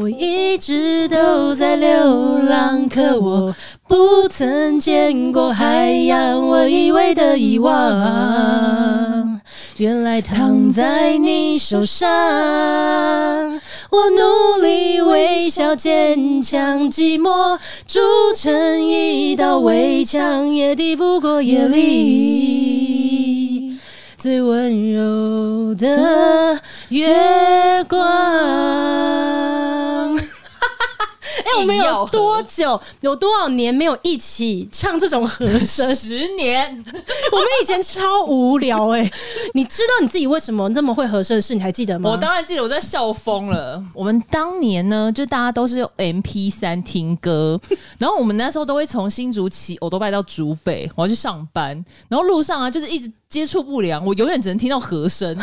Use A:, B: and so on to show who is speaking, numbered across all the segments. A: 我一直都在流浪，可我不曾见过海洋。我以为的遗忘，原来躺在你手上。我努力微笑坚强，寂寞筑成一道围墙，也抵不过夜里最温柔的月光。哎、我们
B: 硬要
A: 有
B: 合
A: 多久、有多少年没有一起唱这种和声？
B: 十年，
A: 我们以前超无聊哎、你知道你自己为什么那么会和声式？你还记得吗？
B: 我当然记得我在笑疯了。我们当年呢，就大家都是用 MP 三听歌，然后我们那时候都会从新竹骑欧都拜到竹北，我要去上班，然后路上啊就是一直接触不良，我永远只能听到和 声。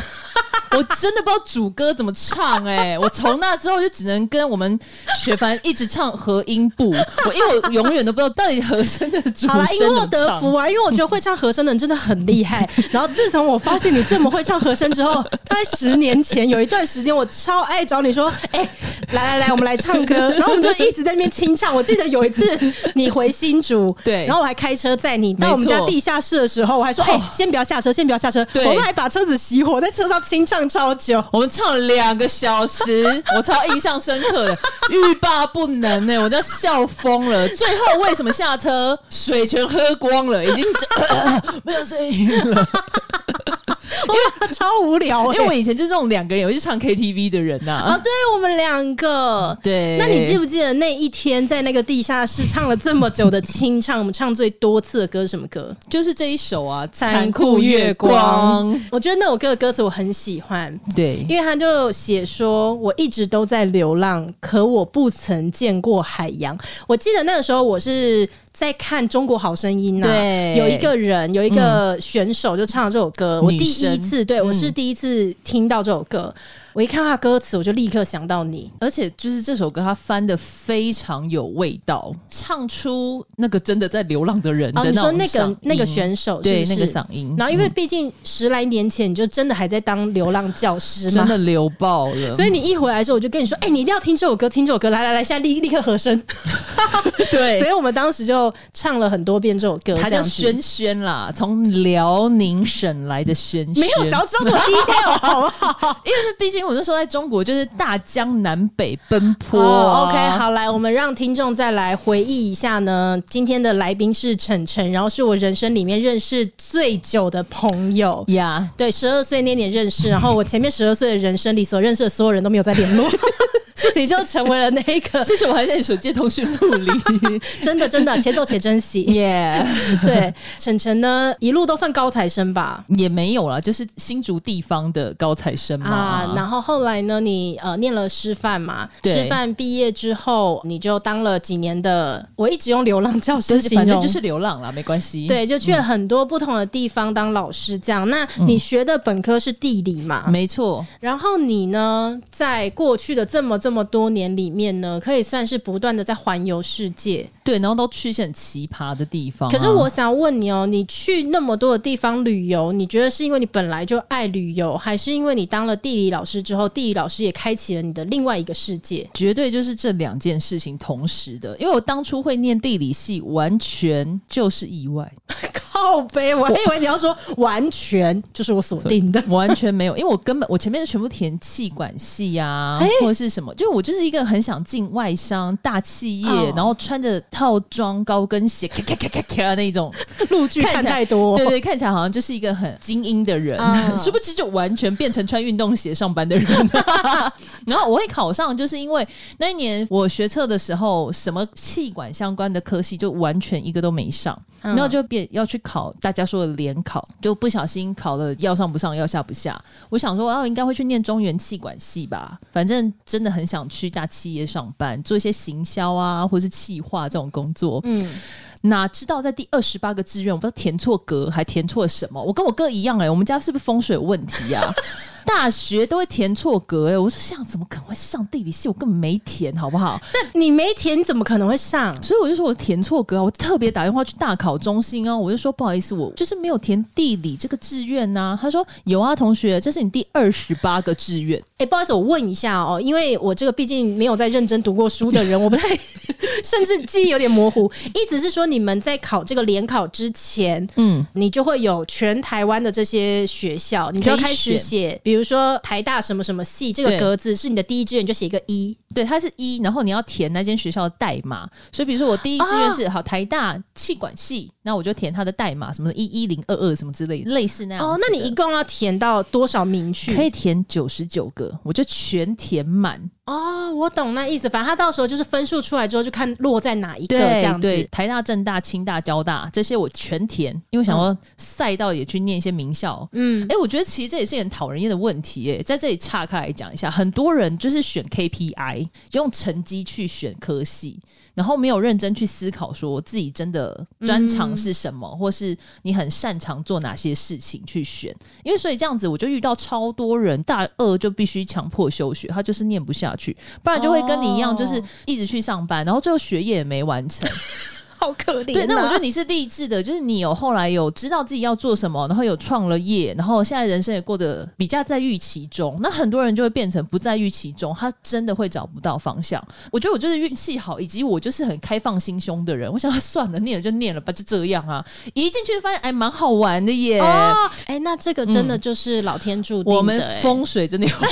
B: 我真的不知道主歌怎么唱哎、我从那之后就只能跟我们雪凡一直唱和音部，我因为我永远都不知道到底和声的主
A: 好啦，
B: 声
A: 因
B: 怎
A: 祸
B: 么
A: 得
B: 唱。
A: 福啊！因为我觉得会唱和声的人真的很厉害。 然后自从我发现你这么会唱和声之后，大概十年前有一段时间，我超爱找你说：“哎、来来来，我们来唱歌。” 然后我们就一直在那边清唱。我记得有一次你回新竹，
B: 对
A: 然后我还开车载你到我们
B: 没
A: 家
B: 错
A: 地下室的时候，我还说：“哎、
B: 哦
A: 先不要下车，先不要下车。”
B: 对
A: 我们还把车子熄火，在车上清唱超久。
B: 我们唱了两个小时，我超印象深刻的， 欲罢不能欸呢、我都笑疯了。最后为什么下车？水全喝光了，已经 没有声音了。
A: 哇， 超无聊、欸，
B: 因为我以前就是那种两个人有去唱 KTV 的人呐、
A: 啊，对我们两个，
B: 对
A: 那你记不记得那一天在那个地下室唱了这么久的清唱？我们唱最多次的歌是什么歌？
B: 就是这一首啊，《
A: 残
B: 残酷月光》。。
A: 我觉得那首歌的歌词我很喜欢，
B: 对，
A: 因为他就写说：“我一直都在流浪，可我不曾见过海洋。”我记得那个时候我是在看《中国好声音》呐，
B: 对嗯
A: 有一个人有一个选手就唱了这首歌，我第
B: 女生嗯
A: 一次对我是第一次听到这首歌，我一看到他歌词我就立刻想到你。
B: 而且就是这首歌，它翻的非常有味道，唱出那个真的在流浪的人
A: 哦，
B: 的
A: 你
B: 那
A: 说
B: 种
A: 那
B: 嗓
A: 个
B: 音
A: 那个选手是
B: 对
A: 不是
B: 那个嗓音，嗯
A: 然后因为毕竟十来年前你就真的还在当流浪教师嘛
B: 真，的流爆了，
A: 所以你一回来的时候我就跟你说，哎、你一定要听这首歌，听这首歌，来来来，现在立立刻和声。
B: 对
A: 所以我们当时就唱了很多遍这首歌，
B: 他
A: 这
B: 叫
A: 样子
B: 轩轩啦，从辽宁省来的轩轩。
A: 没有想要知道这么 detail 好不好？
B: 因为毕竟我那时候在中国就是大江南北奔波、
A: 哦
B: 啊。
A: ，OK，。好，来，我们让听众再来回忆一下呢。今天的来宾是晨晨，然后是我人生里面认识最久的朋友。
B: 呀
A: 对，十二岁那年认识，然后我前面十二岁的人生里所认识的所有人都没有再联 络，你就成为了那一个
B: 谢谢我还在你手机的通讯录 里，
A: 真的真的且走且珍惜。
B: 耶、
A: 对， 晨晨呢一路都算高材生吧。
B: 也没有啦，就是新竹地方的高材生嘛。
A: 啊，然后后来呢？你呃念了师范嘛？
B: 对
A: 师范毕业之后，你就当了几年的，我一直用流浪教师
B: 就是
A: 形容，嗯
B: 反正就是流浪啦，没关系。，
A: 对，就去了很多不同的地方当老师这样。那你学的本科是地理嘛？
B: 没错。
A: 然后你呢，在过去的这么这么多年里面呢，可以算是不断的在环游世界。
B: 对，然后都去一些很奇葩的地方啊、
A: 可是我想问你哦，你去那么多的地方旅游，你觉得是因为你本来就爱旅游，还是因为你当了地理老师之后，地理老师也开启了你的另外一个世界？
B: 绝对就是这两件事情同时的，因为我当初会念地理系，完全就是意外，
A: 靠背，我还以为你要说完全就是我锁定的。
B: 完全没有，因为我根本我前面全部填气管系呀、啊，或者是什么，就我就是一个很想进外商大企业，
A: 哦
B: 然后穿着套装高跟鞋，咔咔咔咔咔那种，
A: 陆剧
B: 看
A: 看
B: 起来
A: 太多，
B: 对对，看起来好像就是一个很精英的人，
A: 嗯
B: 殊不知就完全变成穿运动鞋上班的人。 然后我会考上，就是因为那一年我学测的时候，什么气管相关的科系就完全一个都没上，
A: 嗯
B: 然后就变要去考大家说的联考，就不小心考了要上不上，要下不下。我想说，哦，应该会去念中原气管系吧，反正真的很想去大企业上班，做一些行销啊，或是企划这种工作。
A: 嗯，
B: 哪知道在第二十八个欸志愿，我不知道填错格还填错了什么。我跟我哥一样哎、我们家是不是风水有问题呀、大学都会填错格哎、我说想怎么可能会上地理系？我根本没填，好不好？
A: 那你没填，你怎么可能会上？
B: 所以我就说我填错格啊，我特别打电话去大考中心啊，我就说不好意思，我就是没有填地理这个志愿呐、他说有啊，同学，这是你第二十八个志愿。
A: 哎、不好意思，我问一下哦，因为我这个毕竟没有在认真读过书的 人，我不太，甚至记忆有点模糊。意思是说，你们在考这个联考之前，
B: 嗯，
A: 你就会有全台湾的这些学校，你就要开始写，比如说台大什么什么系这个
B: 对
A: 格子是你的第一志愿，你就写一个一。
B: 对，它是一，然后你要填那间学校的代码。所以比如说我第一志愿是、
A: 啊
B: 好台大气管系，那我就填它的代码，什么一一零二二什么之类的，类似那样子的。
A: 哦，那你一共要填到多少名去？
B: 可以填九十九个，我就全填满。
A: 哦，我懂那意思。反正他到时候就是分数出来之后，就看落在哪一个这样子。
B: 对，台大、政大、清大、交大这些我全填，因为想要赛道也去念一些名校。
A: 嗯
B: 哎、，我觉得其实这也是一个很讨人厌的问题、耶，在这里岔开来讲一下，很多人就是选 KPI，用成绩去选科系，然后没有认真去思考说自己真的专长是什么，
A: 嗯
B: 或是你很擅长做哪些事情去选。因为所以这样子，我就遇到超多人大二就必须强迫休学，他就是念不下去，不然就会跟你一样，
A: 哦
B: 就是一直去上班，然后最后学业也没完成。
A: 好可怜啊、
B: 对，那我觉得你是励志的，就是你有后来有知道自己要做什么，然后有创了业，然后现在人生也过得比较在预期中。那很多人就会变成不在预期中，他真的会找不到方向。我觉得我就是运气好，以及我就是很开放心胸的人。我想算了，念了就念了吧，就这样啊。一进去发现，哎，蛮好玩的耶。
A: 哦，哎、那这个真的就是老天注定的、
B: 我们
A: 哎
B: 风水真的有
A: 哎、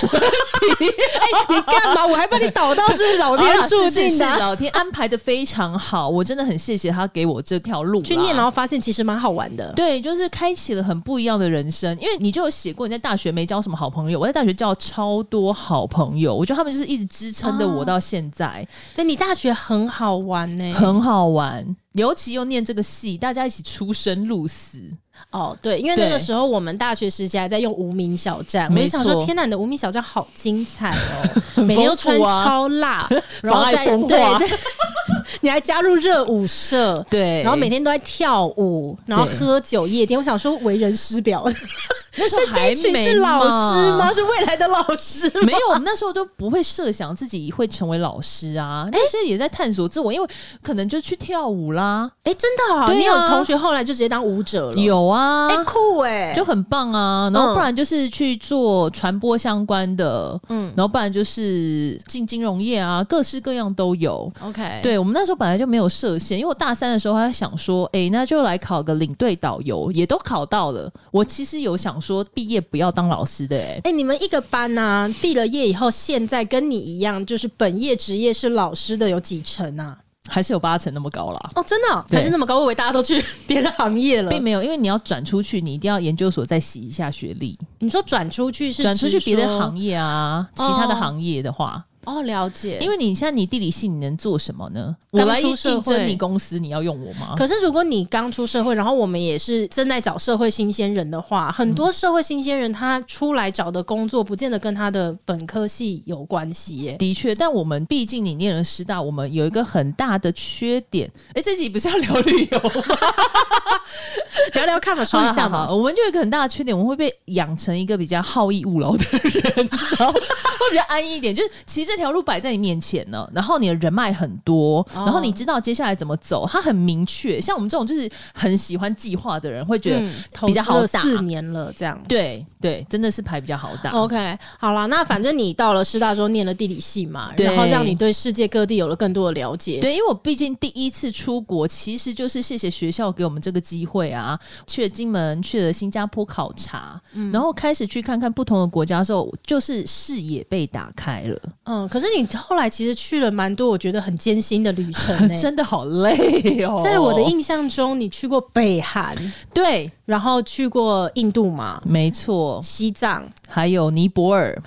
A: 你干嘛？我还把你导到是老天
B: 好啦
A: 注
B: 是是
A: 定
B: 是
A: 的 啊、
B: 老天安排的非常好，我真的很谢谢他给我这条路啦。
A: 去念，然后发现其实蛮好玩的。
B: 对，就是开启了很不一样的人生。因为你就有写过，你在大学没交什么好朋友，我在大学交超多好朋友，我觉得他们就是一直支撑着
A: 啊
B: 我到现在，
A: 对你大学很好玩呢、
B: 很好玩。尤其又念这个戏，大家一起出生入死，
A: 哦，对，因为那
B: 对
A: 个时候我们大学时期还在用无名小 站，我就
B: 没
A: 想说，
B: 错
A: 天哪，你的无名小站好精彩 哦，每天都穿
B: 丰富啊
A: 超辣，然
B: 妨
A: 后
B: 碍
A: 在
B: 风
A: 对
B: 化。
A: 对， 你还加入热舞社，
B: 对，
A: 然后每天都在跳舞，然后
B: 对
A: 喝酒夜店。我想说，为人师表，
B: 那时候
A: 这 这
B: 还
A: 一群
B: 没
A: 是老师
B: 嘛
A: 吗？是未来的老师吗？
B: 没有，我们那时候都不会设想自己会成为老师啊，那些也在探索自我，因为可能就去跳舞啦，
A: 哎，真的哦，
B: 对啊
A: 你有同学后来就直接当舞者了，
B: 有啊，
A: 哎酷哎，
B: 就很棒啊。然
A: 嗯
B: 后不然就是去做传播相关的，
A: 嗯
B: 然后不然就是进金融业啊，各式各样都有。
A: OK，
B: 对我们那时候本来就没有设限，因为我大三的时候还想说，哎、那就来考个领队导游，也都考到了。我其实有想说，毕业不要当老师的、哎，
A: 哎、你们一个班呐、毕了业以后，现在跟你一样，就是本业职业是老师的有几成啊？
B: 还是有八成那么高啦。
A: 哦，真的哦、
B: 对
A: 还是那么高？我以为大家都去别的行业了。
B: 并没有，因为你要转出去，你一定要研究所再洗一下学历，
A: 你说转出去是
B: 转出去
A: 指
B: 别的
A: 说
B: 行业啊，其他的行业的话，
A: 哦，了解。
B: 因为你现在你地理系你能做什么呢？我
A: 刚
B: 来
A: 出
B: 应
A: 社会
B: 征你公司，你要用我吗？
A: 可是，如果你刚出社会，然后我们也是正在找社会新鲜人的话，很多社会新鲜人他出来找的工作，不见得跟他的本科系有关系耶。
B: 的确，但我们毕竟你念了师大，我们有一个很大的缺点。哎、这集不是要聊旅 游吗？
A: 聊聊看吧，说
B: 好
A: 一
B: 啦
A: 下
B: 好
A: 嘛。
B: 啦我们就有一个很大的缺点，我们会被养成一个比较好逸恶劳的人，然后 会比较安逸一点。就是其实这条路摆在你面前呢，然后你的人脉很多，然后你知道接下来怎么走，它很明确。像我们这种就是很喜欢计划的人，会觉得、
A: 嗯，投
B: 比较
A: 资了
B: 好打
A: 四年了，这样。
B: 对对，真的是牌比较好打。
A: OK，好啦，那反正你到了师大之后念了地理系嘛，
B: 对
A: 然后让你对世界各地有了更多的了解。
B: 对，因为我毕竟第一次出国，其实就是谢谢学校给我们这个机会啊，去了金门，去了新加坡考察，
A: 嗯
B: 然后开始去看看不同的国家的时候，就是视野被打开了，
A: 嗯，可是你后来其实去了蛮多我觉得很艰辛的旅程、欸，
B: 真的好累哦。
A: 在我的印象中，你去过北韩，
B: 对，
A: 然后去过印度嘛、
B: 没错，
A: 西 藏、
B: 还有尼泊尔，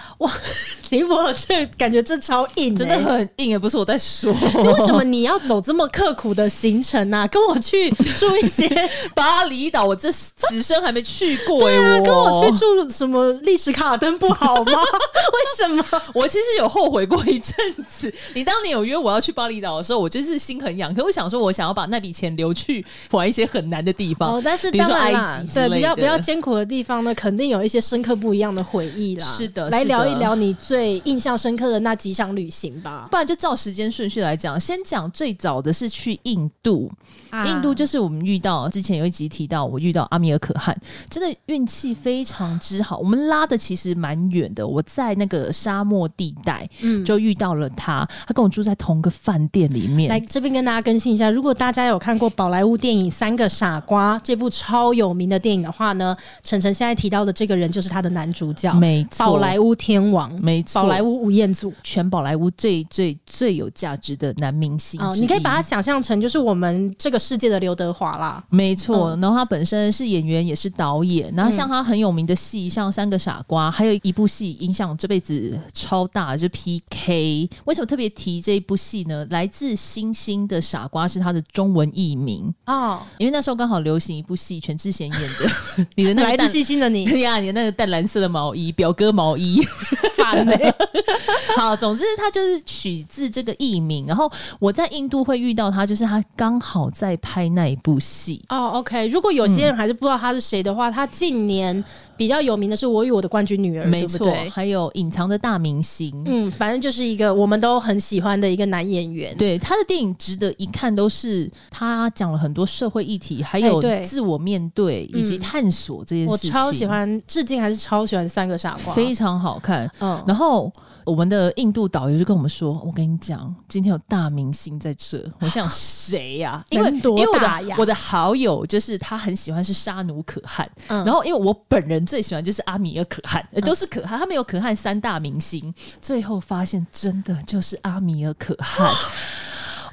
A: 尼泊尔，这感觉这超硬、欸，
B: 真的。 很硬，也不是我在说， 哦
A: 为什么你要走这么刻苦的行程呢、啊？跟我去住一些
B: 巴厘离岛我这此生还没去过、欸，
A: 对啊，
B: 我
A: 跟我去住什么历史卡尔登不好吗？为什么？
B: 我其实有后悔过一阵子。 你当年有约我要去巴厘岛的时候，我就是心很痒，可我想说，我想要把那笔钱留去玩一些很难的地方，
A: 哦，但是
B: 比如
A: 当
B: 说
A: 然
B: 埃
A: 啦
B: 及，之
A: 对
B: 类
A: 比较
B: 的
A: 比较艰苦的地方呢，肯定有一些深刻不一样的回忆啦。
B: 是的
A: 来
B: 是
A: 聊
B: 的
A: 一聊你最印象深刻的那几场旅行吧。
B: 不然就照时间顺序来讲，先讲最早的是去印度，
A: 啊
B: 印度就是我们遇到之前有一集提到，我遇到阿米尔可汗，真的运气非常之好。我们拉的其实蛮远的，我在那个沙漠地带
A: 嗯
B: 就遇到了他，他跟我住在同个饭店里面。
A: 来这边跟大家更新一下，如果大家有看过宝莱坞电影《三个傻瓜》这部超有名的电影的话呢，晨晨现在提到的这个人就是他的男主角，
B: 没错，
A: 宝莱坞天王，
B: 没错，
A: 宝莱坞吴彦祖。
B: 全宝莱坞最最最有价值的男明星
A: 哦，
B: 之一
A: 你可以把他想象成就是我们这个世界的刘德华啦。
B: 没错，
A: 嗯
B: 然后他本身是演员，也是导演。然后像他很有名的戏，像《三个傻瓜》，还有一部戏影响我这辈子超大，就是 PK。为什么特别提这一部戏呢？来自星星的傻瓜是他的中文译名，
A: 哦，
B: 因为那时候刚好流行一部戏，全智贤演 的，你的那
A: 来
B: 个
A: 自
B: 淡
A: 星星的 你，
B: 呀，你的那个淡蓝色的毛衣，表哥毛衣。
A: 烦欸呢、
B: 好，总之他就是取自这个艺名，然后我在印度会遇到他，就是他刚好在拍那一部戏。
A: 哦、o k 如果有些人还是不知道他是谁的话，他近年比较有名的是《我与我的冠军女儿》，
B: 嗯没
A: 对不
B: 错，
A: 对？
B: 还有隐藏的大明星。
A: 嗯，反正就是一个我们都很喜欢的一个男演员。
B: 对他的电影值得一看，都是他讲了很多社会议题，还有
A: 哎对嗯
B: 自我面对以及探索这件
A: 我
B: 事情，
A: 超喜，欢，至今还是超喜欢《三个傻瓜》。
B: 非常好看。
A: 嗯，
B: 然后我们的印度导游就跟我们说：“我跟你讲，今天有大明星在这。”我想 谁呀、因为
A: 能
B: 因
A: 多
B: 为我
A: 大呀
B: 的我的好友就是他很喜欢是沙努可汗，
A: 嗯
B: 然后因为我本人最喜欢就是阿米尔可汗，呃都是可汗，他们有可汗三大明星，最后发现真的就是阿米尔可 汗。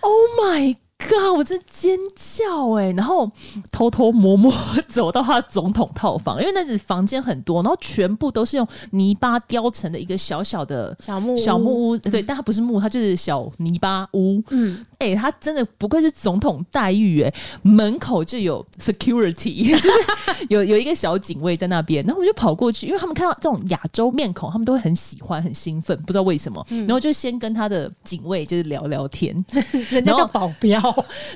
B: Oh my god！我真尖叫哎、然后偷偷摸摸走到他总统套房，因为那里房间很多，然后全部都是用泥巴雕成的一个小小的
A: 小木屋
B: 小木屋，对，但它不是木，它就是小泥巴屋。
A: 嗯，
B: 哎、他真的不愧是总统待遇哎、门口就有 security，就是 有有一个小警卫在那边，然后我就跑过去，因为他们看到这种亚洲面孔，他们都会很喜欢、很兴奋，不知道为什么，
A: 嗯
B: 然后就先跟他的警卫就是聊聊天，
A: 人家
B: 然后
A: 叫保镖，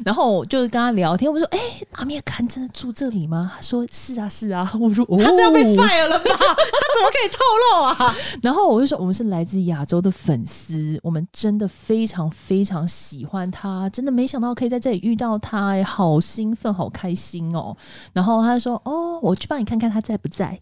B: 然后我就是跟他聊天，我说：“哎、阿米尔汗真的住这里吗？”他说：“是啊，是啊。”我说：“哦，
A: 他这样被 fire 了吧？他怎么可以透露啊？
B: 然后我就说：“我们是来自亚洲的粉丝，我们真的非常非常喜欢他，真的没想到可以在这里遇到他、哎，好兴奋，好开心哦。”然后他就说：“哦，我去帮你看看他在不 在。”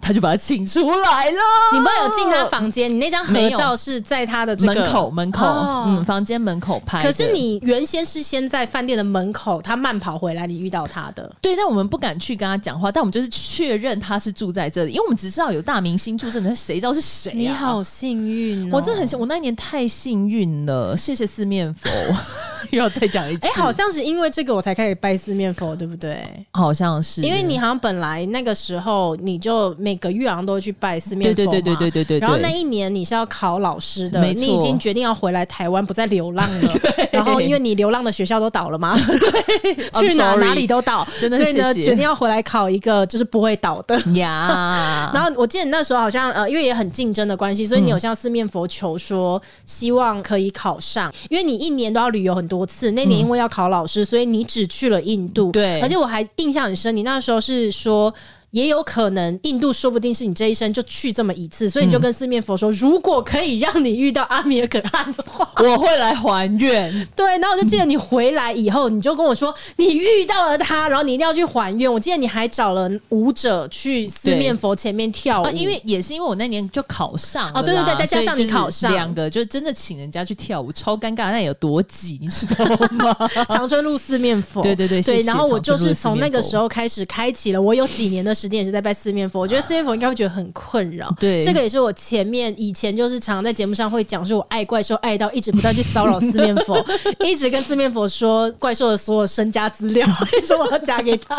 B: 他就把他请出来了。
A: 你没有进他房间，你那张合
B: 没有
A: 照是在他的这个
B: 门口，门口，
A: 哦
B: 嗯，房间门口拍的。
A: 可是你原先是先在饭店的门口，他慢跑回来，你遇到他的。
B: 对，但我们不敢去跟他讲话，但我们就是确认他是住在这里，因为我们只知道有大明星住这里，但是谁知道是谁、啊？
A: 你好，幸运、哦！
B: 我真的很幸，我那一年太幸运了，谢谢四面佛， 又要再讲一次，
A: 哎、好像是因为这个我才开始拜四面佛，对不对？
B: 好像是，
A: 因为你好像本来那个时候你就每个月好像都会去拜四面
B: 对
A: 佛
B: 对
A: 嘛
B: 对对对对对，
A: 然后那一年你是要考老师的，
B: 没错
A: 你已经决定要回来台湾，不再流浪 了。然后因为你流浪的学校都倒了嘛，对，去哪
B: sorry
A: 哪里都倒，
B: 真的
A: 所以呢，
B: 谢谢
A: 决定要回来考一个就是不会倒的。
B: 呀，
A: 然后我记得你那时候好像呃，因为也很竞争的关系，所以你有向四面佛求说，希望可以考上，因为你一年都要旅游很多次。那年因为要考老师，所以你只去了印度。
B: 嗯对
A: 而且我还印象很深，你那时候是说。也有可能，印度说不定是你这一生就去这么一次，所以你就跟四面佛说，如果可以让你遇到阿米尔可汗的 话，
B: 我会来还愿，
A: 对。然后我就记得你回来以后，你就跟我说你遇到了他，然后你一定要去还愿。我记得你还找了舞者去四
B: 对
A: 面佛前面跳舞，
B: 啊，因为也是因为我那年就考上
A: 哦对对对再加上你考上
B: 两个就真的请人家去跳舞，超尴尬，那有多挤，你知道吗？
A: 长春路四面佛，
B: 对对对谢
A: 对。
B: 谢
A: 然后我就是
B: 长
A: 从
B: 春路
A: 那
B: 的四面佛
A: 个时候开始开启了，我有几年的时间也是在拜四面佛。我觉得四面佛应该会觉得很困扰，
B: 对
A: 这个也是我前面以前就是常常在节目上会讲，是我爱怪兽爱到一直不断去骚扰四面 佛，一直跟四面佛说怪兽的所有身家资料，一直说我要嫁给 他，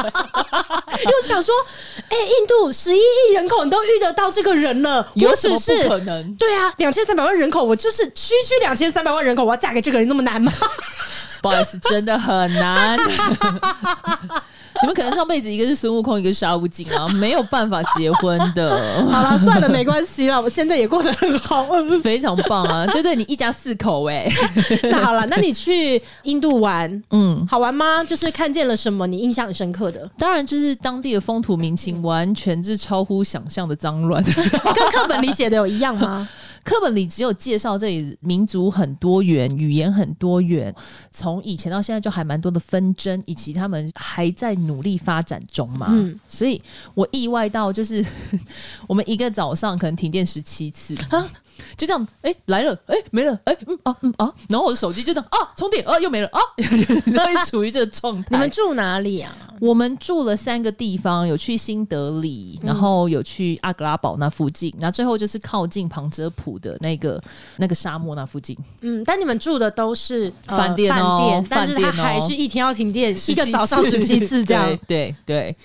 A: 又想说，哎、印度十一亿人口你都遇得到这个人了，
B: 有
A: 我
B: 什
A: 只
B: 么
A: 是
B: 不可能？
A: 对啊，两千三百万人口，我就是区区两千三百万人口，我要嫁给这个人那么难吗？
B: 不好意思，真的很难。你们们可能上辈子一个是孙悟空，一个是沙悟净啊，没有办法结婚的。
A: 好啦，算了，没关系啦，我现在也过得很好。 嗯
B: 非常棒啊！对对，你一家四口哎、
A: 那好了，那你去印度玩
B: 嗯，
A: 好玩吗？就是看见了什么你印象很深刻的，
B: 当然就是当地的风土民情完全是超乎想象的脏乱。
A: 跟课本里写的有一样 吗？
B: 课本里只有介绍这里民族很多元，语言很多元，从以前到现在就还蛮多的纷争，以及他们还在努力发展中嘛。
A: 嗯
B: 所以我意外到就是我们一个早上可能停电十七次。
A: 啊
B: 就这样，哎、来了，哎、没了，哎、嗯啊嗯啊，然后我的手机就这样啊，充电啊，又没了啊， 就是会处于这个状态。
A: 你们住哪里啊？
B: 我们住了三个地方，有去新德里，然后有去阿格拉堡那附近，那最后就是靠近旁遮普的那个那个沙漠那附近。
A: 嗯，但你们住的都是、呃
B: 饭店哦
A: 饭店，但是它
B: 饭店哦
A: 还是一天要停电，一个
B: 17
A: 早上十七次这样。
B: 对对对，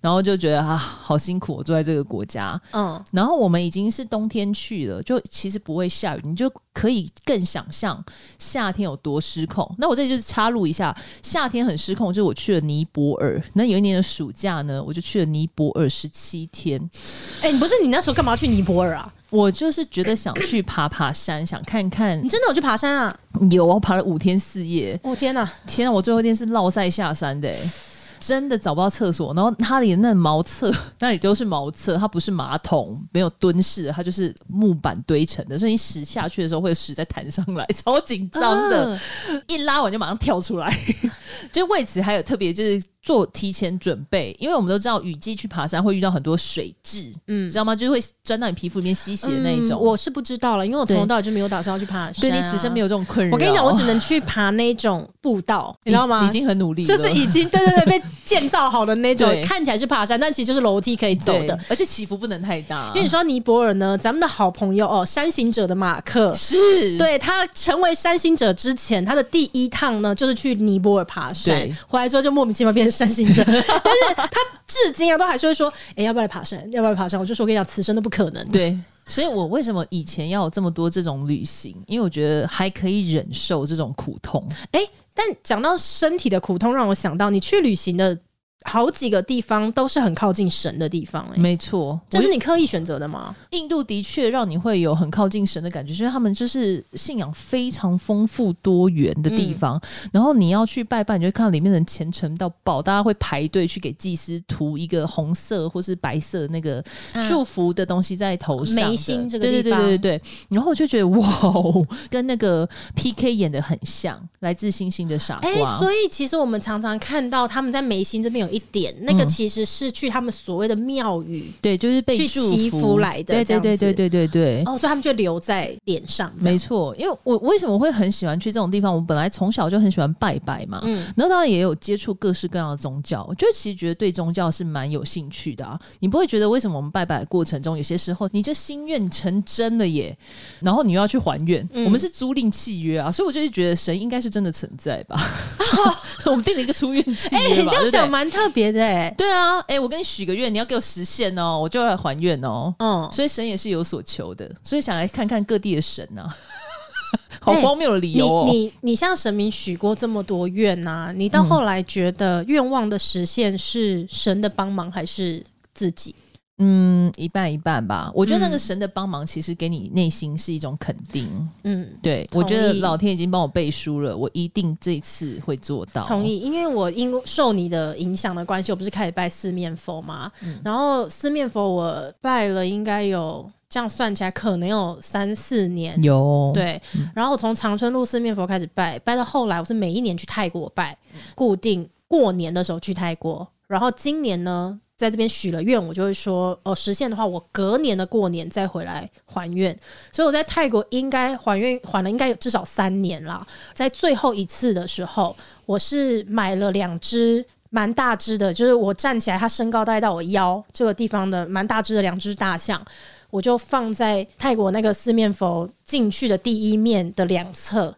B: 然后就觉得啊，好辛苦，我住在这个国家。
A: 嗯，
B: 然后我们已经是冬天去了，就其实不会下雨，你就可以更想象夏天有多失控。那我这里就是插入一下，夏天很失控，就是我去了尼泊尔。那有一年的暑假呢，我就去了尼泊尔十七天。
A: 哎、你不是你那时候干嘛要去尼泊尔啊？
B: 我就是觉得想去爬爬山，想看看
A: 你真的有去爬山啊？
B: 有我爬了五天四夜，
A: 我、天哪、
B: 天啊！我最后一天是落塞下山的、欸真的找不到厕所，然后它里那茅厕那里都是茅厕，它不是马桶，没有蹲式的，它就是木板堆成的，所以你屎下去的时候会屎在弹上来，超紧张的。
A: 啊
B: 一拉完就马上跳出来，就为此还有特别就是做提前准备，因为我们都知道雨季去爬山会遇到很多水蛭，
A: 嗯
B: 嗯，知道吗？就是会钻到你皮肤里面吸血的那一种。
A: 嗯我是不知道了，因为我从头
B: 对
A: 到尾就没有打算要去爬山、
B: 对你此生没
A: 有。
B: 有这种困扰。
A: 啊我跟你讲，我 只能去爬那种步道，你知道吗？
B: 已经很努力了，
A: 就是已经对对 对被建造好的那种，
B: 对
A: 看起来是爬山，但其实就是楼梯可以走
B: 对啊
A: 的。，
B: 而且起伏不能太大。
A: 因为你说到尼泊尔呢，咱们的好朋友哦，山行者的马克，
B: 是，
A: 对他成为山行者之前，他的第一趟呢就是去尼泊尔爬山
B: 对，
A: 回来之后就莫名其妙变成山行 者。但是他至今啊都还是会说，哎、要不要来爬山？要不要来爬山？我就说我跟你讲，此生都不可能。
B: 对。所以我为什么以前要有这么多这种旅行？因为我觉得还可以忍受这种苦痛。
A: 哎、但讲到身体的苦痛，让我想到你去旅行的好几个地方都是很靠近神的地方、哎，
B: 没错，
A: 这
B: 我
A: 是你刻意选择的吗？
B: 印度的确让你会有很靠近神的感觉，就是他们就是信仰非常丰富多元的地
A: 嗯
B: 方。然后你要去拜拜，你就会看到里面的人虔诚到爆，大家会排队去给祭司涂一个红色或是白色的那个祝福的东西在头上的，
A: 眉心这个
B: 对
A: 地
B: 对
A: 方
B: 对对对。然后我就觉得哇哦，跟那个 PK 演的很像，来自星星的傻瓜。
A: 哎、所以其实我们常常看到他们在眉心这边有一点，那
B: 嗯
A: 个其实是去他们所谓的庙宇、
B: 对，就是被
A: 去
B: 祝
A: 祈福来的
B: 对
A: 这样
B: 对对
A: 子
B: 对对对对。
A: 哦，所以他们就留在脸上这样。
B: 哎没错，因为我为什么会很喜欢去这种地方？我本来从小就很喜欢拜拜嘛，
A: 嗯
B: 然后当然也有接触各式各样的宗教。我觉得其实觉得对宗教是蛮有兴趣的啊。你不会觉得为什么我们拜拜的过程中，有些时候你就心愿成真了耶，然后你又要去还愿？
A: 嗯
B: 我们是租赁契约啊，所以我就是觉得神应该是真的存在 吧。我们定了一个出愿契
A: 哎、
B: 约
A: 你
B: 吧，
A: 这样
B: 对不
A: 讲
B: 对？
A: 蛮特别的哎、
B: 对啊，哎、我跟你许个愿，你要给我实现哦，我就要来还愿哦。
A: 嗯，
B: 所以神也是有所求的，所以想来看看各地的神呐、啊， 好
A: 哎
B: 荒谬的理
A: 你
B: 由哦。
A: 你你向神明许过这么多愿呐、你
B: 嗯
A: 到后来觉得愿望的实现是神的帮忙还是自己？
B: 嗯，一半一半吧。我觉得那个
A: 嗯
B: 神的帮忙，其实给你内心是一种肯定。
A: 嗯，
B: 对
A: 同
B: 我觉得
A: 意
B: 老天已经帮我背书了，我一定这一次会做到。
A: 同。意，因为我因受你的影响的关系，我不是开始拜四面佛嘛，然后四面佛我拜了应该有这样算起来可能有三四年。
B: 有，
A: 对，然后我从长春路四面佛开始拜，拜到后来我是每一年去泰国拜，固定过年的时候去泰国，然后今年呢。在这边许了愿，我就会说，哦，实现的话，我隔年的过年再回来还愿。所以我在泰国应该还愿还了，应该有至少三年啦。在最后一次的时候，我是买了两只蛮大只的，就是我站起来，它身高大概到我腰这个地方的蛮大只的两只大象，我就放在泰国那个四面佛进去的第一面的两侧，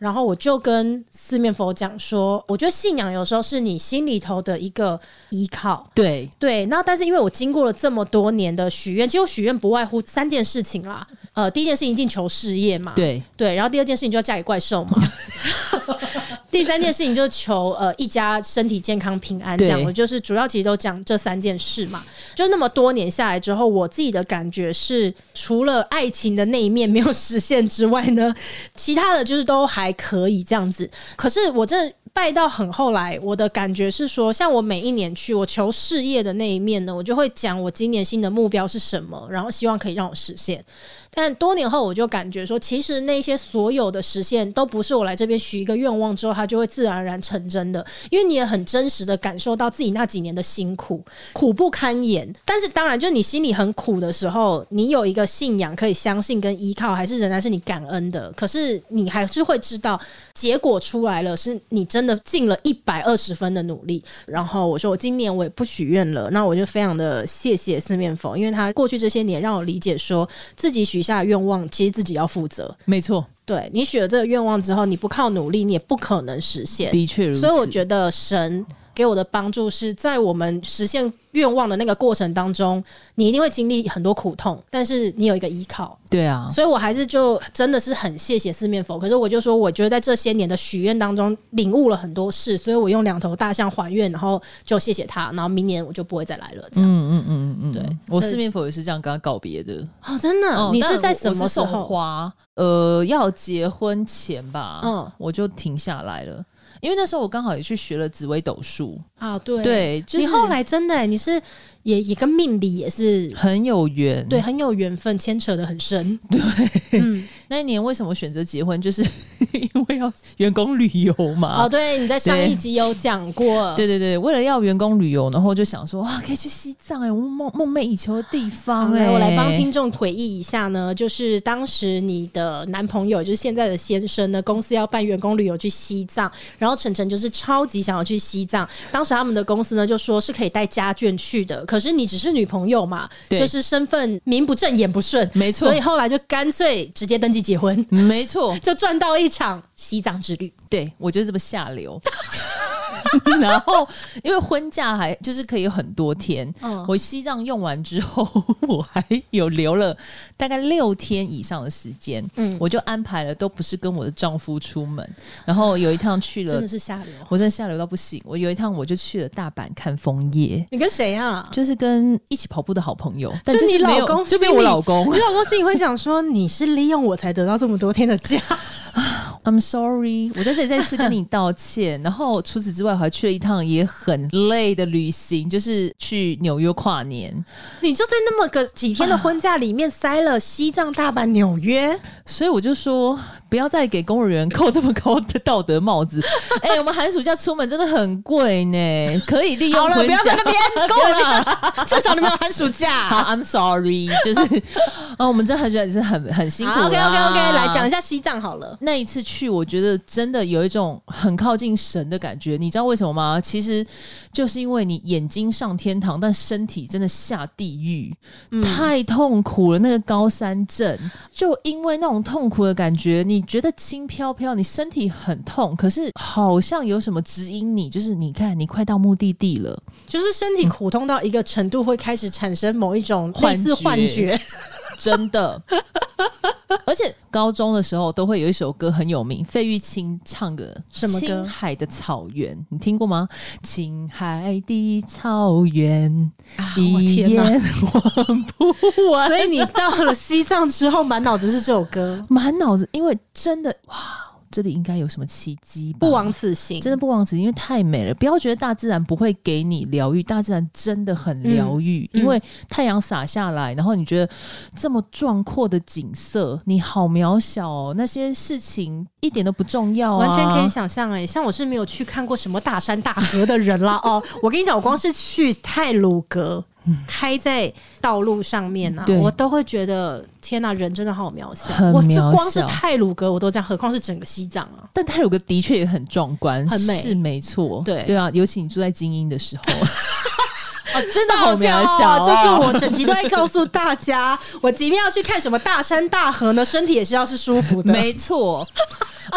A: 然后我就跟四面佛讲说，我觉得信仰有时候是你心里头的一个依靠。
B: 对，
A: 对，那但是因为我经过了这么多年的许愿，其实我许愿不外乎三件事情啦。呃，第一件事情一定求事业嘛，
B: 对，
A: 对，然后第二件事情就要嫁给怪兽嘛，第三件事情就是求呃一家身体健康平安这样。
B: 对
A: 我就是主要其实都讲这三件事嘛。就那么多年下来之后，我自己的感觉是，除了爱情的那一面没有实现之外呢， 其他的就是都还可以这样子。可是我真的。拜到很后来，我的感觉是说，像我每一年去，我求事业的那一面呢，我就会讲我今年新的目标是什么，然后希望可以让我实现。但多年后，我就感觉说，其实那些所有的实现都不是我来这边许一个愿望之后，它就会自然而然成真的，因为你也很真实的感受到自己那几年的辛苦，苦不堪言。但是当然，就是你心里很苦的时候，你有一个信仰可以相信跟依靠，还是仍然是你感恩的。可是你还是会知道，结果出来了，是你真的尽了一百二十分的努力。然后我说，我今年我也不许愿了，那我就非常的谢谢四面佛，因为他过去这些年让我理解说，自己许下的愿望，其实自己要负责。
B: 没错，
A: 对你许了这个愿望之后，你不靠努力，你也不可能实现。
B: 的确如此。
A: 所以我觉得神给我的帮助是在我们实现愿望的那个过程当中，你一定会经历很多苦痛，但是你有一个依靠。
B: 对啊，
A: 所以我还是就真的是很谢谢四面佛。可是我就说，我觉得在这些年的许愿当中，领悟了很多事，所以我用两头大象还愿，然后就谢谢他，然后明年我就不会再来了。这样、
B: 嗯嗯嗯嗯，
A: 对
B: 我
A: 所以
B: 四面佛也是这样跟他告别的。
A: 哦，真的，
B: 嗯
A: 你
B: 但
A: 是在
B: 我
A: 什
B: 我
A: 么
B: 是
A: 时
B: 送
A: 候？
B: 花？呃，要结婚前吧，
A: 嗯
B: 嗯，我就停下来了，因为那时候我刚好也去学了紫微斗数，
A: 啊，对，
B: 对，就
A: 你
B: 是
A: 后来真的、你是也也跟命理也是
B: 很有缘。
A: 对，很有缘分，牵扯的很深。对， 嗯，
B: 那一年为什么选择结婚，就是 因为要员工旅游嘛。
A: 哦，对，你在上
B: 对
A: 一集有讲过，
B: 对对对，为了要员工旅游，然后就想说哇，可以去西藏哎、我梦梦寐以求的地
A: 好
B: 方哎、
A: 来，我来帮听众回忆一下呢，就是当时你的男朋友，就是现在的先生呢，公司要办员工旅游去西藏，然后晨晨就是超级想要去西藏。当时他们的公司呢就说是可以带家眷去的，可是你只是女朋友嘛，
B: 对
A: 就是身份名不正言不顺，
B: 没错
A: 所以后来就干脆直接登记结婚，
B: 嗯，没错，
A: 就赚到一场西藏之旅。
B: 对我就是这么下流。 然后，因为婚假还就是可以有很多天，
A: 嗯
B: 我西藏用完之后， 我还有留了大概六天以上的时间，
A: 嗯
B: 我就安排了都不是跟我的丈夫出门，然后有一趟去
A: 真
B: 了
A: 的，是下流。
B: 我真的下流到不行，我有一趟我就去了大阪看枫叶。
A: 你跟谁啊？
B: 就是跟一起跑步的好朋友，但
A: 就
B: 就是
A: 你
B: 没有
A: 老公
B: 就没有
A: 心
B: 我
A: 里
B: 老公
A: 你。老公心里会想说，你是利用我才得到这么多天的假。
B: I'm sorry，我在这里再次跟你道歉。然后除此之外，我还去了一趟也很累的旅行，就是去纽约跨年。
A: 你就在那么个几天的婚假里面塞了西藏、大阪、纽约，
B: 所以我就说，不要再给公务员扣这么高的道德帽子。哎、我们寒暑假出门真的很贵呢，可以利用
A: 好了，
B: 婚
A: 不要
B: 假
A: 在那边 够了，至少你们有寒暑假。
B: 好，I'm sorry，就是啊、我们真的很觉得你是很很辛苦啦。
A: OK OK OK，来讲一下西藏好了。
B: 那一次去，我觉得真的有一种很靠近神的感觉。你知道为什么吗？其实就是因为你眼睛上天堂，但身体真的下地狱，太痛苦了。那个高山症，就因为那种痛苦的感觉，你觉得轻飘飘，你身体很痛，可是好像有什么指引你，就是你看，你快到目的地了。
A: 就是身体苦痛到一个程度，会开始产生某一种类似幻觉
B: 幻觉。真的。 而且高中的时候都会有一首歌很有名，费玉清唱的《
A: 什么歌
B: 青海的草原》，你听过吗？青海的草原，
A: 啊 我
B: 一
A: 天
B: 眼
A: 哪！
B: 望不完。
A: 所以你到了西藏之后，满脑子是这首歌，
B: 满脑子，因为真的哇，这里应该有什么奇迹吧？
A: 不枉此行。
B: 真的不枉此，因为太美了。不要觉得大自然不会给你疗愈，大自然真的很疗愈。
A: 嗯嗯
B: 因为太阳洒下来，然后你觉得这么壮阔的景色，你好渺小哦，那些事情一点都不重要、啊，
A: 完全可以。想象哎、像我是没有去看过什么大山大河的人 啦哦。我跟你讲，我光是去泰鲁阁开在道路上面啊
B: 嗯对，
A: 我都会觉得天呐、人真的好渺小。
B: 很
A: 我这
B: 渺
A: 光是
B: 小
A: 泰鲁阁我都这样，何况是整个西藏啊？
B: 但泰鲁阁的确也很壮观，
A: 很美
B: 是没错。
A: 对
B: 对啊，尤其你住在精英的时候，哦真的
A: 好
B: 好渺小、
A: 啊就
B: 哦。
A: 是我整集都在告诉大 家，我即便要去看什么大山大河呢，身体也是要是舒服的。
B: 没错。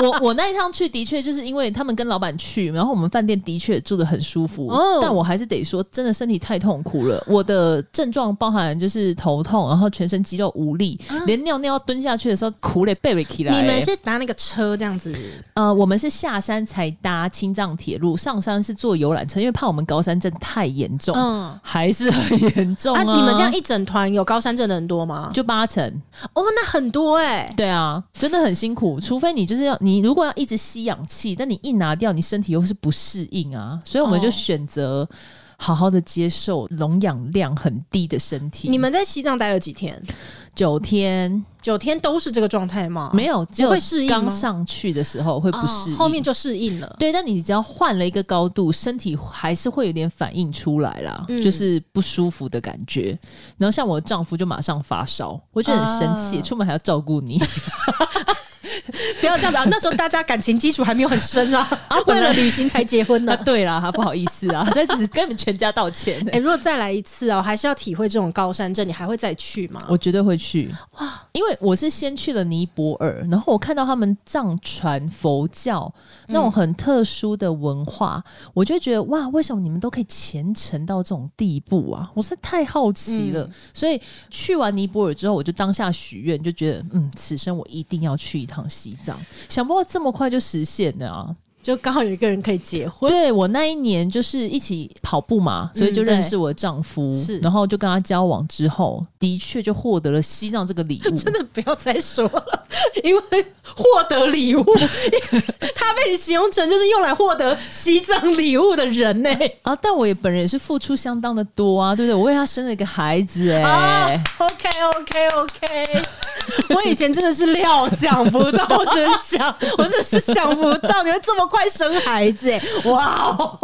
B: 我我那一趟去的确就是因为他们跟老板去，然后我们饭店的确住的很舒服，
A: 哦
B: 但我还是得说，真的身体太痛苦了。我的症状包含就是头痛，然后全身肌肉无力，连尿尿要蹲下去的时候苦累背背起来。
A: 你们是搭那个车这样子，
B: 呃，我们是下山才搭青藏铁路，上山是坐游览车，因为怕我们高山症太严重，
A: 嗯，
B: 还是很严重
A: 啊，
B: 啊
A: 你们这样一整团有高山症的人多吗？
B: 就八成，
A: 哦，那很多哎、
B: 对啊，真的很辛苦。除非你就是要你如果要一直吸氧气，但你一拿掉，你身体又是不适应啊。所以我们就
A: 哦
B: 选择好好的接受溶氧量很低的身体。
A: 你们在西藏待了几天？
B: 九天
A: 九天都是这个状态吗？
B: 没有，只有
A: 哦会适应吗
B: 刚上去的时候会不适应，
A: 哦后面就适应了。
B: 对，但你只要换了一个高度，身体还是会有点反应出来啦，
A: 嗯
B: 就是不舒服的感觉。然后像我丈夫就马上发烧，我觉得很生气，
A: 啊
B: 出门还要照顾你
A: 不要这样子啊！那时候大家感情基础还没有很 深啊，啊
B: 本
A: 为
B: 来
A: 了旅行才结婚
B: 啊！
A: 的。
B: 对啦，不好意思啊，这只是跟你们全家道歉、
A: 哎、如果再来一次啊，我还是要体会这种高山症，你还会再去吗？
B: 我绝对会去哇！因为我是先去了尼泊尔，然后我看到他们藏传佛教那种很特殊的文化，我就觉得哇，为什么你们都可以虔诚到这种地步啊？我是太好奇了。所以去完尼泊尔之后，我就当下许愿，就觉得嗯，此生我一定要去一趟西藏。想不到这么快就实现了啊！
A: 就刚好有一个人可以结婚，
B: 对我嗯那一年就是一起跑步嘛，所以就认识我的丈夫，
A: 是
B: 然后就跟他交往之后，的确就获得了西藏这个礼物。
A: 真的不要再说了，因为获得礼物，他被你形容成就是用来获得西藏礼物的人呢、
B: 啊！但我也本人也是付出相当的多啊，对不对？我为他生了一个孩子、欸，
A: 啊，OK OK OK，我以前真的是料想不到，真想，我真的是想不到你会这么快生孩子 哎、哇哦，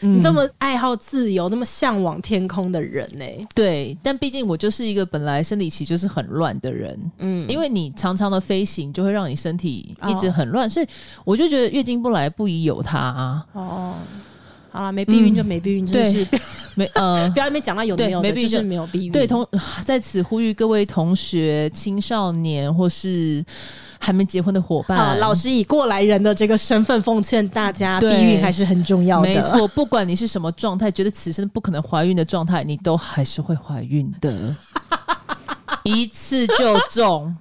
B: 嗯
A: 你这么爱好自由，这么向往天空的人欸呢、
B: 对。但毕竟我就是一个本来生理期就是很乱的人，嗯，因为你常常的飞行就会让你身体
A: 啊
B: 一直很乱，所以我就觉得月经不来不宜有它、啊，
A: 哦，好了，没避孕就没避孕，真的是 不要。
B: 没呃
A: 不要在那边讲到有的
B: 嗯对
A: 没有的，
B: 没避孕
A: 就
B: 就是
A: 没有避孕。
B: 对，同啊在此呼吁各位同学、青少年或是还没结婚的伙
A: 啊，
B: 伴，
A: 老师以过来人的这个身份奉劝大家，避
B: 对
A: 孕还是很重要的。
B: 没错，不管你是什么状态，觉得此生不可能怀孕的状态，你都还是会怀孕 的，一次就中，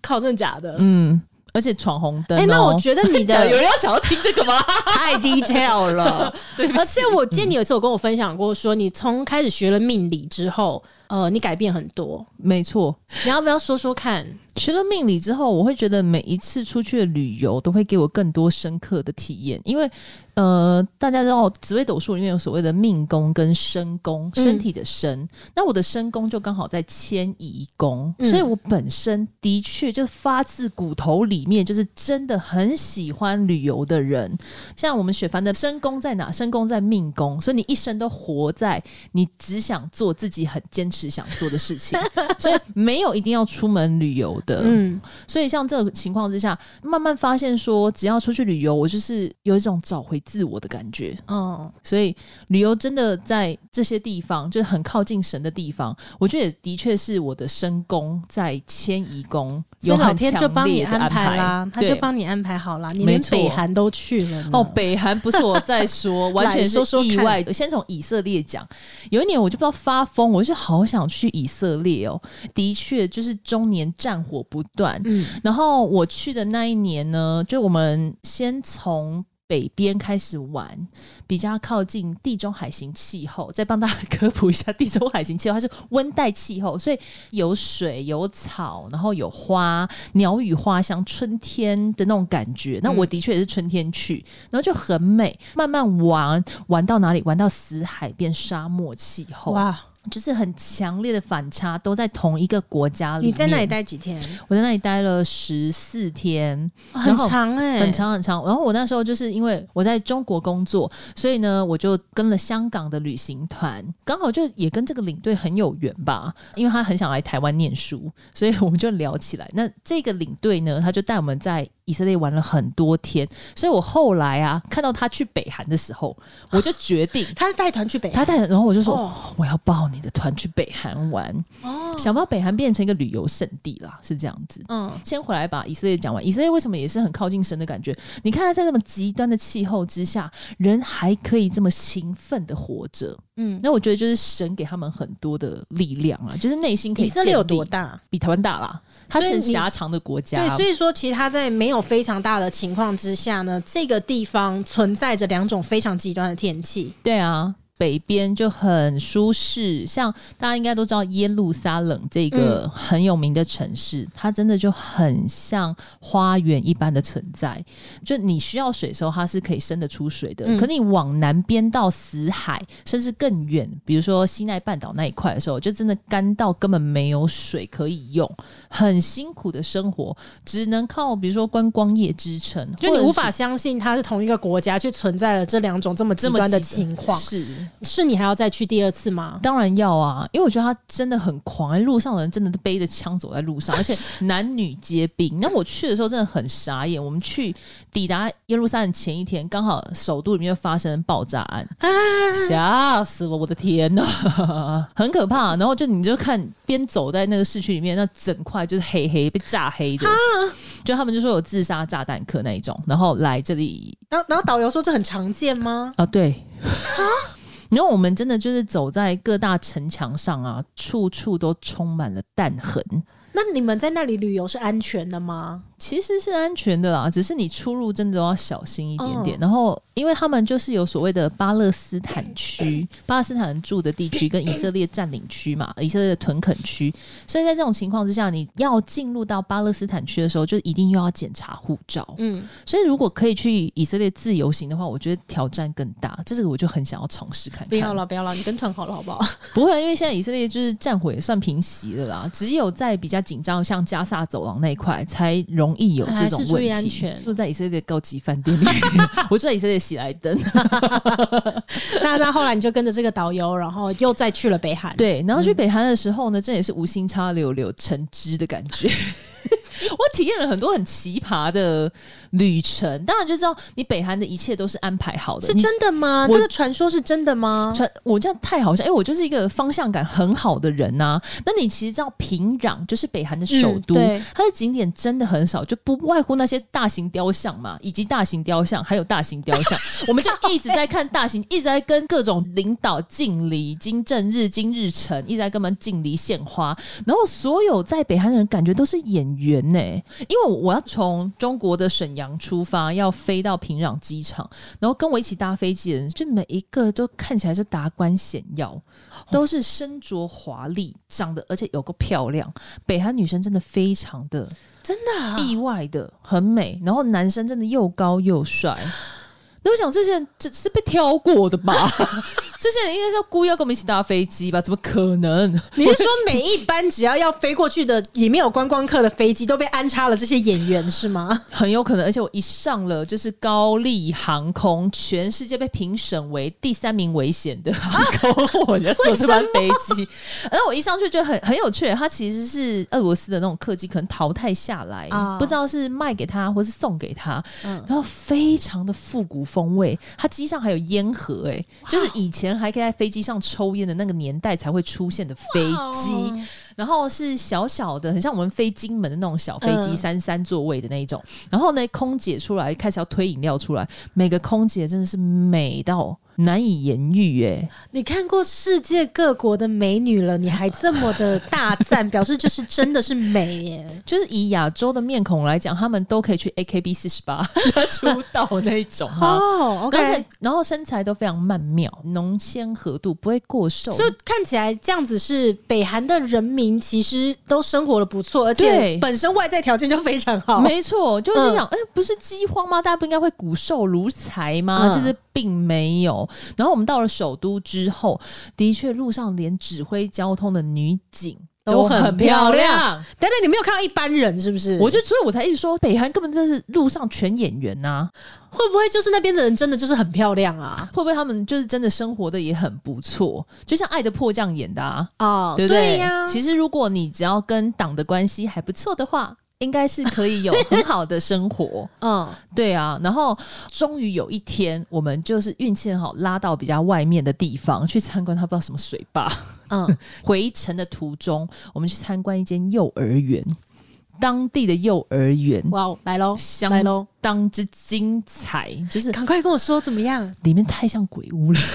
A: 靠，真的假的？
B: 嗯，而且闯红灯、哦。
A: 哎、那我觉得你 的
B: 有人要想要听这个吗？
A: 太 detail 了， 对而且我记得你有一次有跟我分享过，说你从开始学了命理之后，呃，你改变很多。
B: 没错，
A: 你要不要说说看？
B: 学了命理之后，我会觉得每一次出去的旅游都会给我更多深刻的体验，因为呃，大家知道紫微斗数里面有所谓的命宫跟身宫，
A: 嗯
B: 身体的身，那我的身宫就刚好在迁移宫，
A: 嗯
B: 所以我本身呃的确就发自骨头里面就是真的很喜欢旅游的人。像我们雪凡的身宫在哪？身宫在命宫，所以你一生都活在你只想做自己很坚持想做的事情， 所以没有一定要出门旅游的。
A: 嗯，
B: 所以像这种情况之下，慢慢发现说，只要出去旅游，我就是有一种找回自我的感觉。
A: 哦，
B: 所以旅游真的在这些地方，就是很靠近神的地方，我觉得也的确是我的身宫在迁移宫
A: 所
B: 有
A: 以老
B: 很
A: 天就
B: 强
A: 帮你
B: 烈的
A: 安
B: 排
A: 排啦，他就
B: 对
A: 帮你安排好啦。你
B: 没
A: 连
B: 错
A: 北韩都去了呢
B: 哦，北韩不是我 在说，完全
A: 来说
B: 是
A: 说
B: 意外。先从以色列讲，有一年我就不知道发疯，我就好想去以色列哦。的确，就是中年战火不断。
A: 嗯
B: 然后我去的那一年呢，就我们先从。北边开始玩，比较靠近地中海型气候。再帮大家科普一下，地中海型气候它是温带气候，所以有水、有草，然后有花，鸟语花香，春天的那种感觉。
A: 嗯
B: 那我的确也是春天去，然后就很美。慢慢玩，玩到哪里？玩到死海变沙漠气候，
A: 哇，
B: 就是很强烈的反差，都在同一个国家里。
A: 你在那里？待几天？
B: 我在那里待了十四天，
A: 很长哎、
B: 很。长很长。然后我那时候就是因为我在中国工作，所以呢，我就跟了香港的旅行团，刚好就也跟这个领队很有缘吧，因为他很想来台湾念书，所以我们就聊起来。那这个领队呢，他就带我们在以色列玩了很多天，所以我后来啊看到他去北韩的时候，我就决 定
A: 他是带团去北
B: 他
A: 韩，
B: 带，然后我就说、
A: 哦
B: 哦我要报你的团去北韩玩，
A: 哦，
B: 想不到北韩变成一个旅游胜地啦，是这样子。
A: 嗯，
B: 先回来把以色列讲完，以色列为什么也是很靠近神的感觉？你看他在这么极端的气候之下，人还可以这么勤奋的活着，
A: 嗯
B: 那我觉得就是神给他们很多的力量啊，就是内心可以。
A: 以色列有多？大？
B: 比台湾大啦，它
A: 所以
B: 是
A: 你
B: 狭长的国家，
A: 对，
B: 啊
A: 所以说其实它在没有非常大的情况之下呢，这个地方存在着两种非常极端的天气。
B: 对啊，北边就很舒适，像大家应该都知道耶路撒冷这
A: 嗯
B: 个很有名的城市，它真的就很像花园一般的存在。就你需要水的时候，它是可以生得出水的。
A: 嗯
B: 可你往南边到死海，甚至更远，比如说西奈半岛那一块的时候，就真的干到根本没有水可以用，很辛苦的生活，只能靠比如说观光业支撑，
A: 就你
B: 或者
A: 无
B: 是
A: 法相信它是同一个国家，却存在了这两种这么极
B: 这么
A: 端的
B: 极
A: 情况，
B: 是。
A: 是你还要再去第二次吗？
B: 当然要啊，因为我觉得他真的很狂，路上的人真的都背着枪走在路上，而且男女皆兵。那我去的时候真的很傻眼，我们去抵达耶路撒冷前一天，刚好首都里面发生爆炸案，吓死了！我的天呐， 很可怕。然后就你就看边走在那个市区里面，那整块就是黑黑被炸黑的，就他们就说有自杀炸弹客那一种，然后来这里
A: 然后，然后导游说这很常见吗？
B: 啊，对。 然后我们真的就是走在各大城墙上啊，处处都充满了弹痕。
A: 那你们在那里旅游是安全的吗？
B: 其实是安全的啦，只是你出入真的都要小心一点点。
A: 哦
B: 然后，因为他们就是有所谓的巴勒斯坦区，巴勒斯坦人住的地区跟以色列占领区嘛，以色列的屯垦区，所以在这种情况之下，你要进入到巴勒斯坦区的时候，就一定又要检查护照。
A: 嗯，
B: 所以，如果可以去以色列自由行的话，我觉得挑战更大。这个我就很想要尝试看看。
A: 不要了，不要了，你跟团好了， 好不好？
B: 不会啦，因为现在以色列就是战火也算平息了啦，只有在比较紧张像加萨走廊那一块才容易有这种
A: 还是注
B: 问
A: 意
B: 题。
A: 安全
B: 住在以色列的高级饭店里， 我住在以色列的喜来 登。
A: 那那后来你就跟着这个导游，然后又再去了北韩。
B: 对，然后去北韩的时候呢，这也是无心插柳柳成枝的感 觉。我体验了很多很奇葩的旅程，当然就知道你北韩的一切都是安排好的，
A: 是
B: 你
A: 真的吗？
B: 我
A: 这个传说是真的吗？
B: 传我这样太好笑，因哎为我就是一个方向感很好的人呐、那你其实知道平壤就是北韩的首
A: 嗯
B: 都，
A: 对
B: 它的景点真的很少，就不外乎那些大型雕像嘛，以及大型雕像，还有大型雕像，我们就一直在看大型，一直在跟各种领导敬礼、金正日、金日成，一直在跟他们敬礼献花。然后所有在北韩的人感觉都是演员呢、因为我要从中国的沈阳出发，要飞到平壤机场，然后跟我一起搭飞机的人，就每一个都看起来就达官显要，都是身着华丽，长得而且有够漂亮。北韩女生真的非常的
A: 真的、啊
B: 意外的很美，然后男生真的又高又帅。那我想这些人这是被挑过的吧？ 这些人应该是要故意要跟我们一起搭飞机吧？怎么可能？
A: 你是说每一班只要要飞过去的里面有观光客的飞机都被安插了这些演员是吗？
B: 很有可能，而且我一上了就是高丽航空，全世界被评审为第三名危险的 航空，我就坐这班飞 机。然后我一上去就很很有趣，它其实是俄罗斯的那种客机，可能淘汰下来，
A: 啊嗯
B: 不知道是卖给他或是送给他，然后非常的复古风味。它机上还有烟盒、欸，就是以前还可以在飞机上抽烟的那个年代才会出现的飞机。
A: 哇哦
B: 然后是小小的，很像我们飞金门的那种小飞机，
A: 嗯
B: 三三座位的那一种。然后呢，空姐出来开始要推饮料出来，每个空姐真的是美到难以言喻哎、
A: 你看过世界各国的美女了，你还这么的大赞，表示就是真的是美 耶！
B: 就是以亚洲的面孔来讲，他们都可以去 AKB 四 十八出道那一种啊。
A: 哦
B: 然后可以然后身材都非常曼妙，浓纤合度，不会过瘦。
A: 所以看起来这样子是北韩的人民其实都生活的不错，而且
B: 对
A: 本身外在条件就非常好。
B: 没错，就是想，
A: 嗯
B: 哎、不是饥荒吗？大家不应该会骨瘦如柴吗？
A: 嗯
B: 就是并没有。然后我们到了首都之后，的确路上连指挥交通的女警。
A: 都很
B: 很
A: 漂亮
B: 亮，
A: 等等，你没有看到一般人是不是？
B: 我就所以我才一直说北韩根本就是路上全演员呐、
A: 会不会就是那边的人真的就是很漂亮啊？
B: 会不会他们就是真的生活的也很不错？就像《爱的迫降》演的啊，
A: 哦
B: 对不对？
A: 呀、
B: 其实如果你只要跟党的关系还不错的话，哎、应该是可以有很好的生活。
A: 嗯，
B: 对啊，然后终于有一天，我们就是运气很好，拉到比较外面的地方去参观，他不知道什么水坝。
A: 嗯，
B: 回程的途中，我们去参观一间幼儿园，当地的幼儿园
A: 哇哦，来喽，
B: 相
A: 来喽，
B: 当之精彩，就是
A: 赶快跟我说怎么样？
B: 里面太像鬼屋了。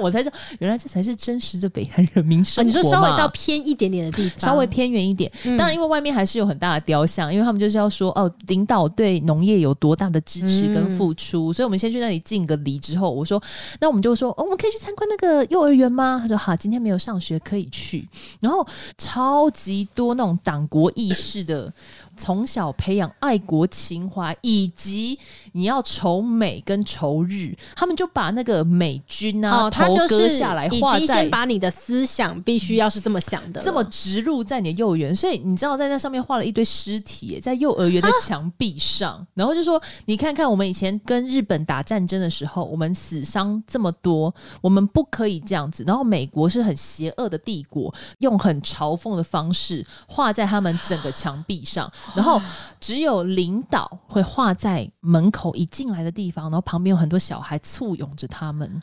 B: 我才知道，原来这才是真实的北韩人民
A: 啊，
B: 生活、
A: 你说稍微到偏一点点的地方，嗯
B: 稍微偏远一点，
A: 哦
B: 当嗯然，因为外面还是有很大的雕像，因为他们就是要说哦，领导对农业有多大的支持跟付出，所以我们先去那里敬个礼之后，我说，那我们就说，哦，我们可以去参观那个幼儿园吗？他说好，今天没有上学，可以去。然后超级多那种党国意识的，从小培养爱国情怀，以及你要仇美跟仇日，他们就把那个美军啊、
A: 哦，他
B: 头
A: 就是
B: 割下来，
A: 已
B: 画
A: 经
B: 在
A: 先把你的思想必须要是这么想的了，
B: 这么植入在你的幼儿园，所以你知道在那上面画了一堆尸体耶，在幼儿
A: 啊
B: 园的墙壁上，然后就说你看看我们以前跟日本打战争的时候，我们死伤这么多，我们不可以这样子。然后美国是很邪恶的帝国，用很嘲讽的方式画在他们整个墙壁上，然后只有领导会画在门口一进来的地方，然后旁边有很多小孩簇拥着他们。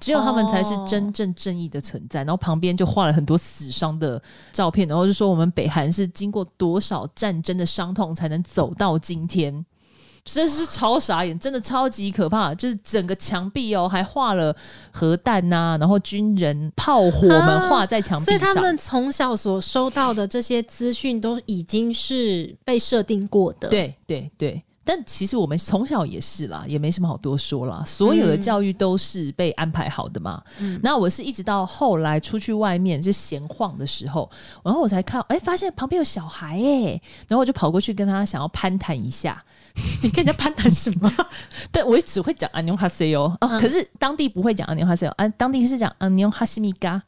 B: 只有他们才是真正正义的存在。然后旁边就画了很多死伤的照片，然后就说我们北韩是经过多少战争的伤痛才能走到今天。真是超傻眼，真的超级可怕！就是整个墙壁哦，还画了核弹呐、然后军人炮火们
A: 啊
B: 画在墙壁
A: 所以
B: 上。
A: 他们从小所收到的这些资讯都已经是被设定过的。，
B: 对对对，但其实我们从小也是啦，也没什么好多说啦。所有的
A: 嗯
B: 教育都是被安排好的嘛。那我是一直到后来出去外面就闲晃的时候，然后我才看，哎、发现旁边有小孩哎、然后我就跑过去跟他想要攀谈一下，
A: 你跟人家攀谈什么？
B: 但我只会讲安妞哈塞哦，啊，
A: 嗯
B: 可是当地不会讲安妞哈塞哦，啊，当地是讲安妞哈西米嘎。
A: 啊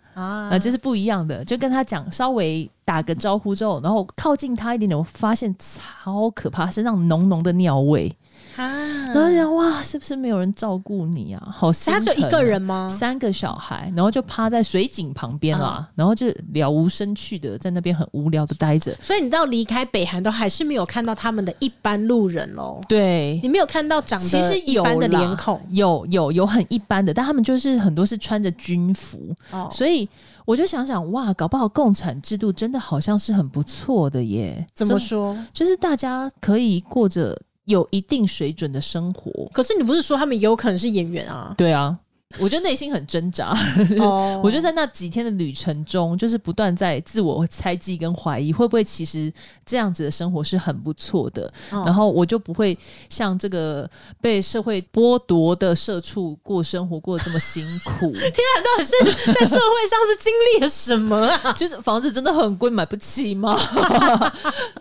B: 啊，这是不一样的。就跟他讲，稍微打个招呼之后，然后靠近他一点点，我发现超可怕，身上浓浓的尿味。
A: 啊，
B: 然后就想哇，是不是没有人照顾你啊？好心
A: 他
B: 疼啊
A: 就一个人，吗？嗯
B: 三个小孩，然后就趴在水井旁边啦，然后就了无生趣的在那边很无聊的待着。
A: 所以你到离开北韩都还是没有看到他们的一般路人喽？
B: 对
A: 你，没有看到长
B: 其
A: 得
B: 实
A: 一
B: 有
A: 般的
B: 啦
A: 脸孔，
B: 有有有很一般的，但他们就是很多是穿着军服，
A: 哦
B: 所以我就想想哇，搞不好共产制度真的好像是很不错的耶。
A: 怎么
B: 真
A: 说？
B: 就是大家可以过着有一定水准的生活。
A: 可是你不是说他们有可能是演员 啊？
B: 对啊，我觉得内心很挣扎。
A: 哦
B: 我就在那几天的旅程中，就是不断在自我猜忌跟怀疑，会不会其实这样子的生活是很不错的，
A: 哦
B: 然后我就不会像这个被社会剥夺的社畜过生活过得这么辛 苦，
A: 看到底是在社会上是经历了什么啊？
B: 就是房子真的很贵，买不 起吗？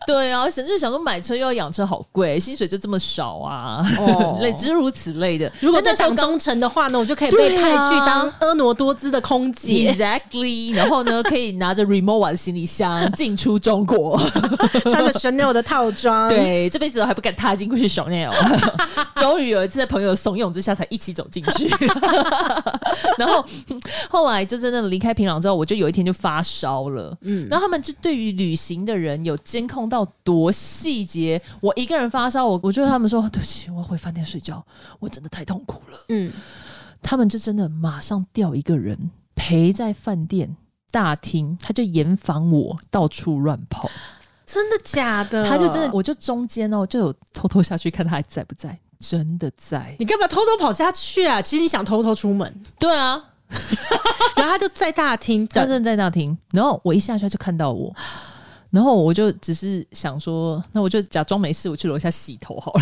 B: 对啊，甚至想说买车又要养车，好贵，薪水就这么少啊，
A: 哦
B: 类诸如此类的。
A: 如果
B: 在
A: 在
B: 那时候
A: 党
B: 刚
A: 忠诚的话呢，我就可以被派去当婀娜多姿的空姐，
B: Exactly，然后呢，可以拿着 Remova 的行李箱进出中国。
A: 穿着 Chanel 的套装，，
B: 对，这辈子都还不敢踏进过去 Chanel。终于有一次在朋友的怂恿之下，才一起走进去。 然后后来就真的离开平壤之后，我就有一天就发烧了。嗯，然后他们就对于旅行的人有监控到多细节。我一个人发烧，我我就跟他们说对不起，我要回饭店睡觉，我真的太痛苦了。
A: 嗯，
B: 他们就真的马上调一个人陪在饭店大厅，他就严防我到处乱跑。
A: 真的假的？
B: 他就真的，，我就中间哦，就有偷偷下去看他还在不在，真的在。
A: 你干嘛偷偷跑下去啊？其实你想偷偷出门，
B: 对啊，
A: 然后他就在大厅
B: 他
A: 等，
B: 真的在大厅，然后我一下去他就看到我，然后我就只是想说，那我就假装没事，我去楼下洗头好了。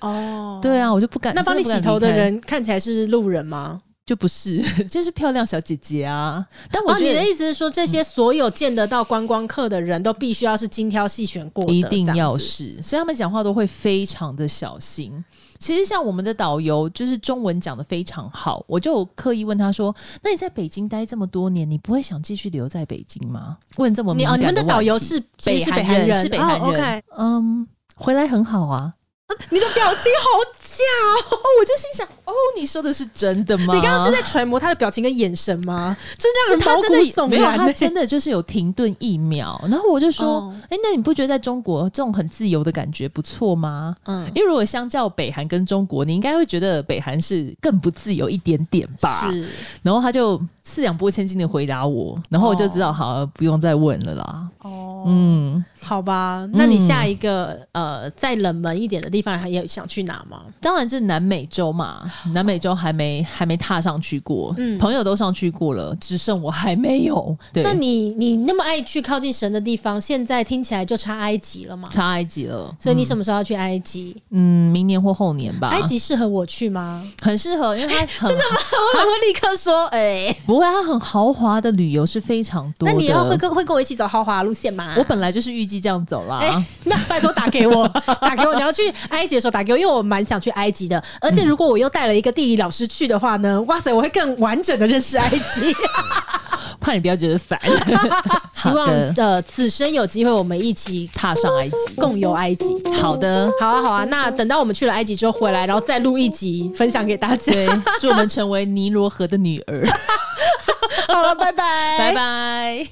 A: 哦，
B: 对啊，我就不敢。
A: 那帮你
B: 真
A: 洗
B: 不敢
A: 头
B: 离
A: 的
B: 开
A: 人看起来是路人吗？
B: 就不是， 就是漂亮小姐姐啊。但我
A: 哦，
B: 觉
A: 你
B: 得
A: 的意思是说，这些所有见得到观光客的人都必须要是精挑细选过的，
B: 一定
A: 这样
B: 要
A: 子
B: 是，所以他们讲话都会非常的小心。其实像我们的导游，就是中文讲的非常好，我就有刻意问他说：“那你在北京待这么多年，你不会想继续留在北京吗？”问这么
A: 你
B: 敏
A: 哦，
B: 感
A: 你们的
B: 问
A: 导游
B: 题
A: 是其
B: 北
A: 实是
B: 韩
A: 韩
B: 人
A: 人，
B: 是北韩
A: 哦，OK
B: 嗯，回来很好啊。
A: 你的表情好
B: 哦，我就心想，哦，你说的是真的吗？
A: 你刚刚是在揣摩他的表情跟眼神吗？真让
B: 是
A: 人毛
B: 他真
A: 骨
B: 的
A: 悚
B: 没有，
A: 然、
B: 他
A: 欸。
B: 真的就是有停顿一秒，然后我就说
A: 哦，
B: 哎、那你不觉得在中国这种很自由的感觉不错吗？
A: 嗯，
B: 因为如果相较北韩跟中国，你应该会觉得北韩是更不自由一点点吧？
A: 是
B: 然后他就四两拨千斤的回答我，然后我就知道，好，不用再问了啦。
A: 哦，
B: 嗯，
A: 好吧，那你下一个、呃再冷门一点的地方，还有想去哪吗？
B: 当然是南美 洲嘛，南美洲还没还没踏上去过，
A: 嗯
B: 朋友都上去过了，只剩我还没有。对，
A: 那你你那么爱去靠近神的地方，现在听起来就差埃及了嘛？
B: 差埃及了，
A: 所以你什么时候要去埃及？
B: 嗯，明年或后年吧。
A: 埃及适合我去 吗？
B: 很适合，因为 它很
A: 我会立刻说，哎、
B: 不会，它很豪华的旅游是非常多
A: 那
B: 的。
A: 你要会跟会跟我一起走豪华路线吗？
B: 我本来就是预计这样走啦。
A: 哎、那拜托打给我， 打给我。你要去埃及的时候打给我，因为我蛮想去埃及的。而且如果我又带了一个地理老师去的话
B: 嗯
A: 呢，哇塞，我会更完整的认识埃及。
B: 怕你不要觉得烦。
A: 希
B: 好
A: 望
B: 的，
A: 呃此生有机会，我们一起
B: 踏上埃及。
A: 共游埃及。
B: 好的，
A: 好啊，好啊，那等到我们去了埃及之后回来，然后再录一集分享给大家。
B: 对，祝我们成为尼罗河的女儿。
A: 好了，拜拜，
B: 拜。拜。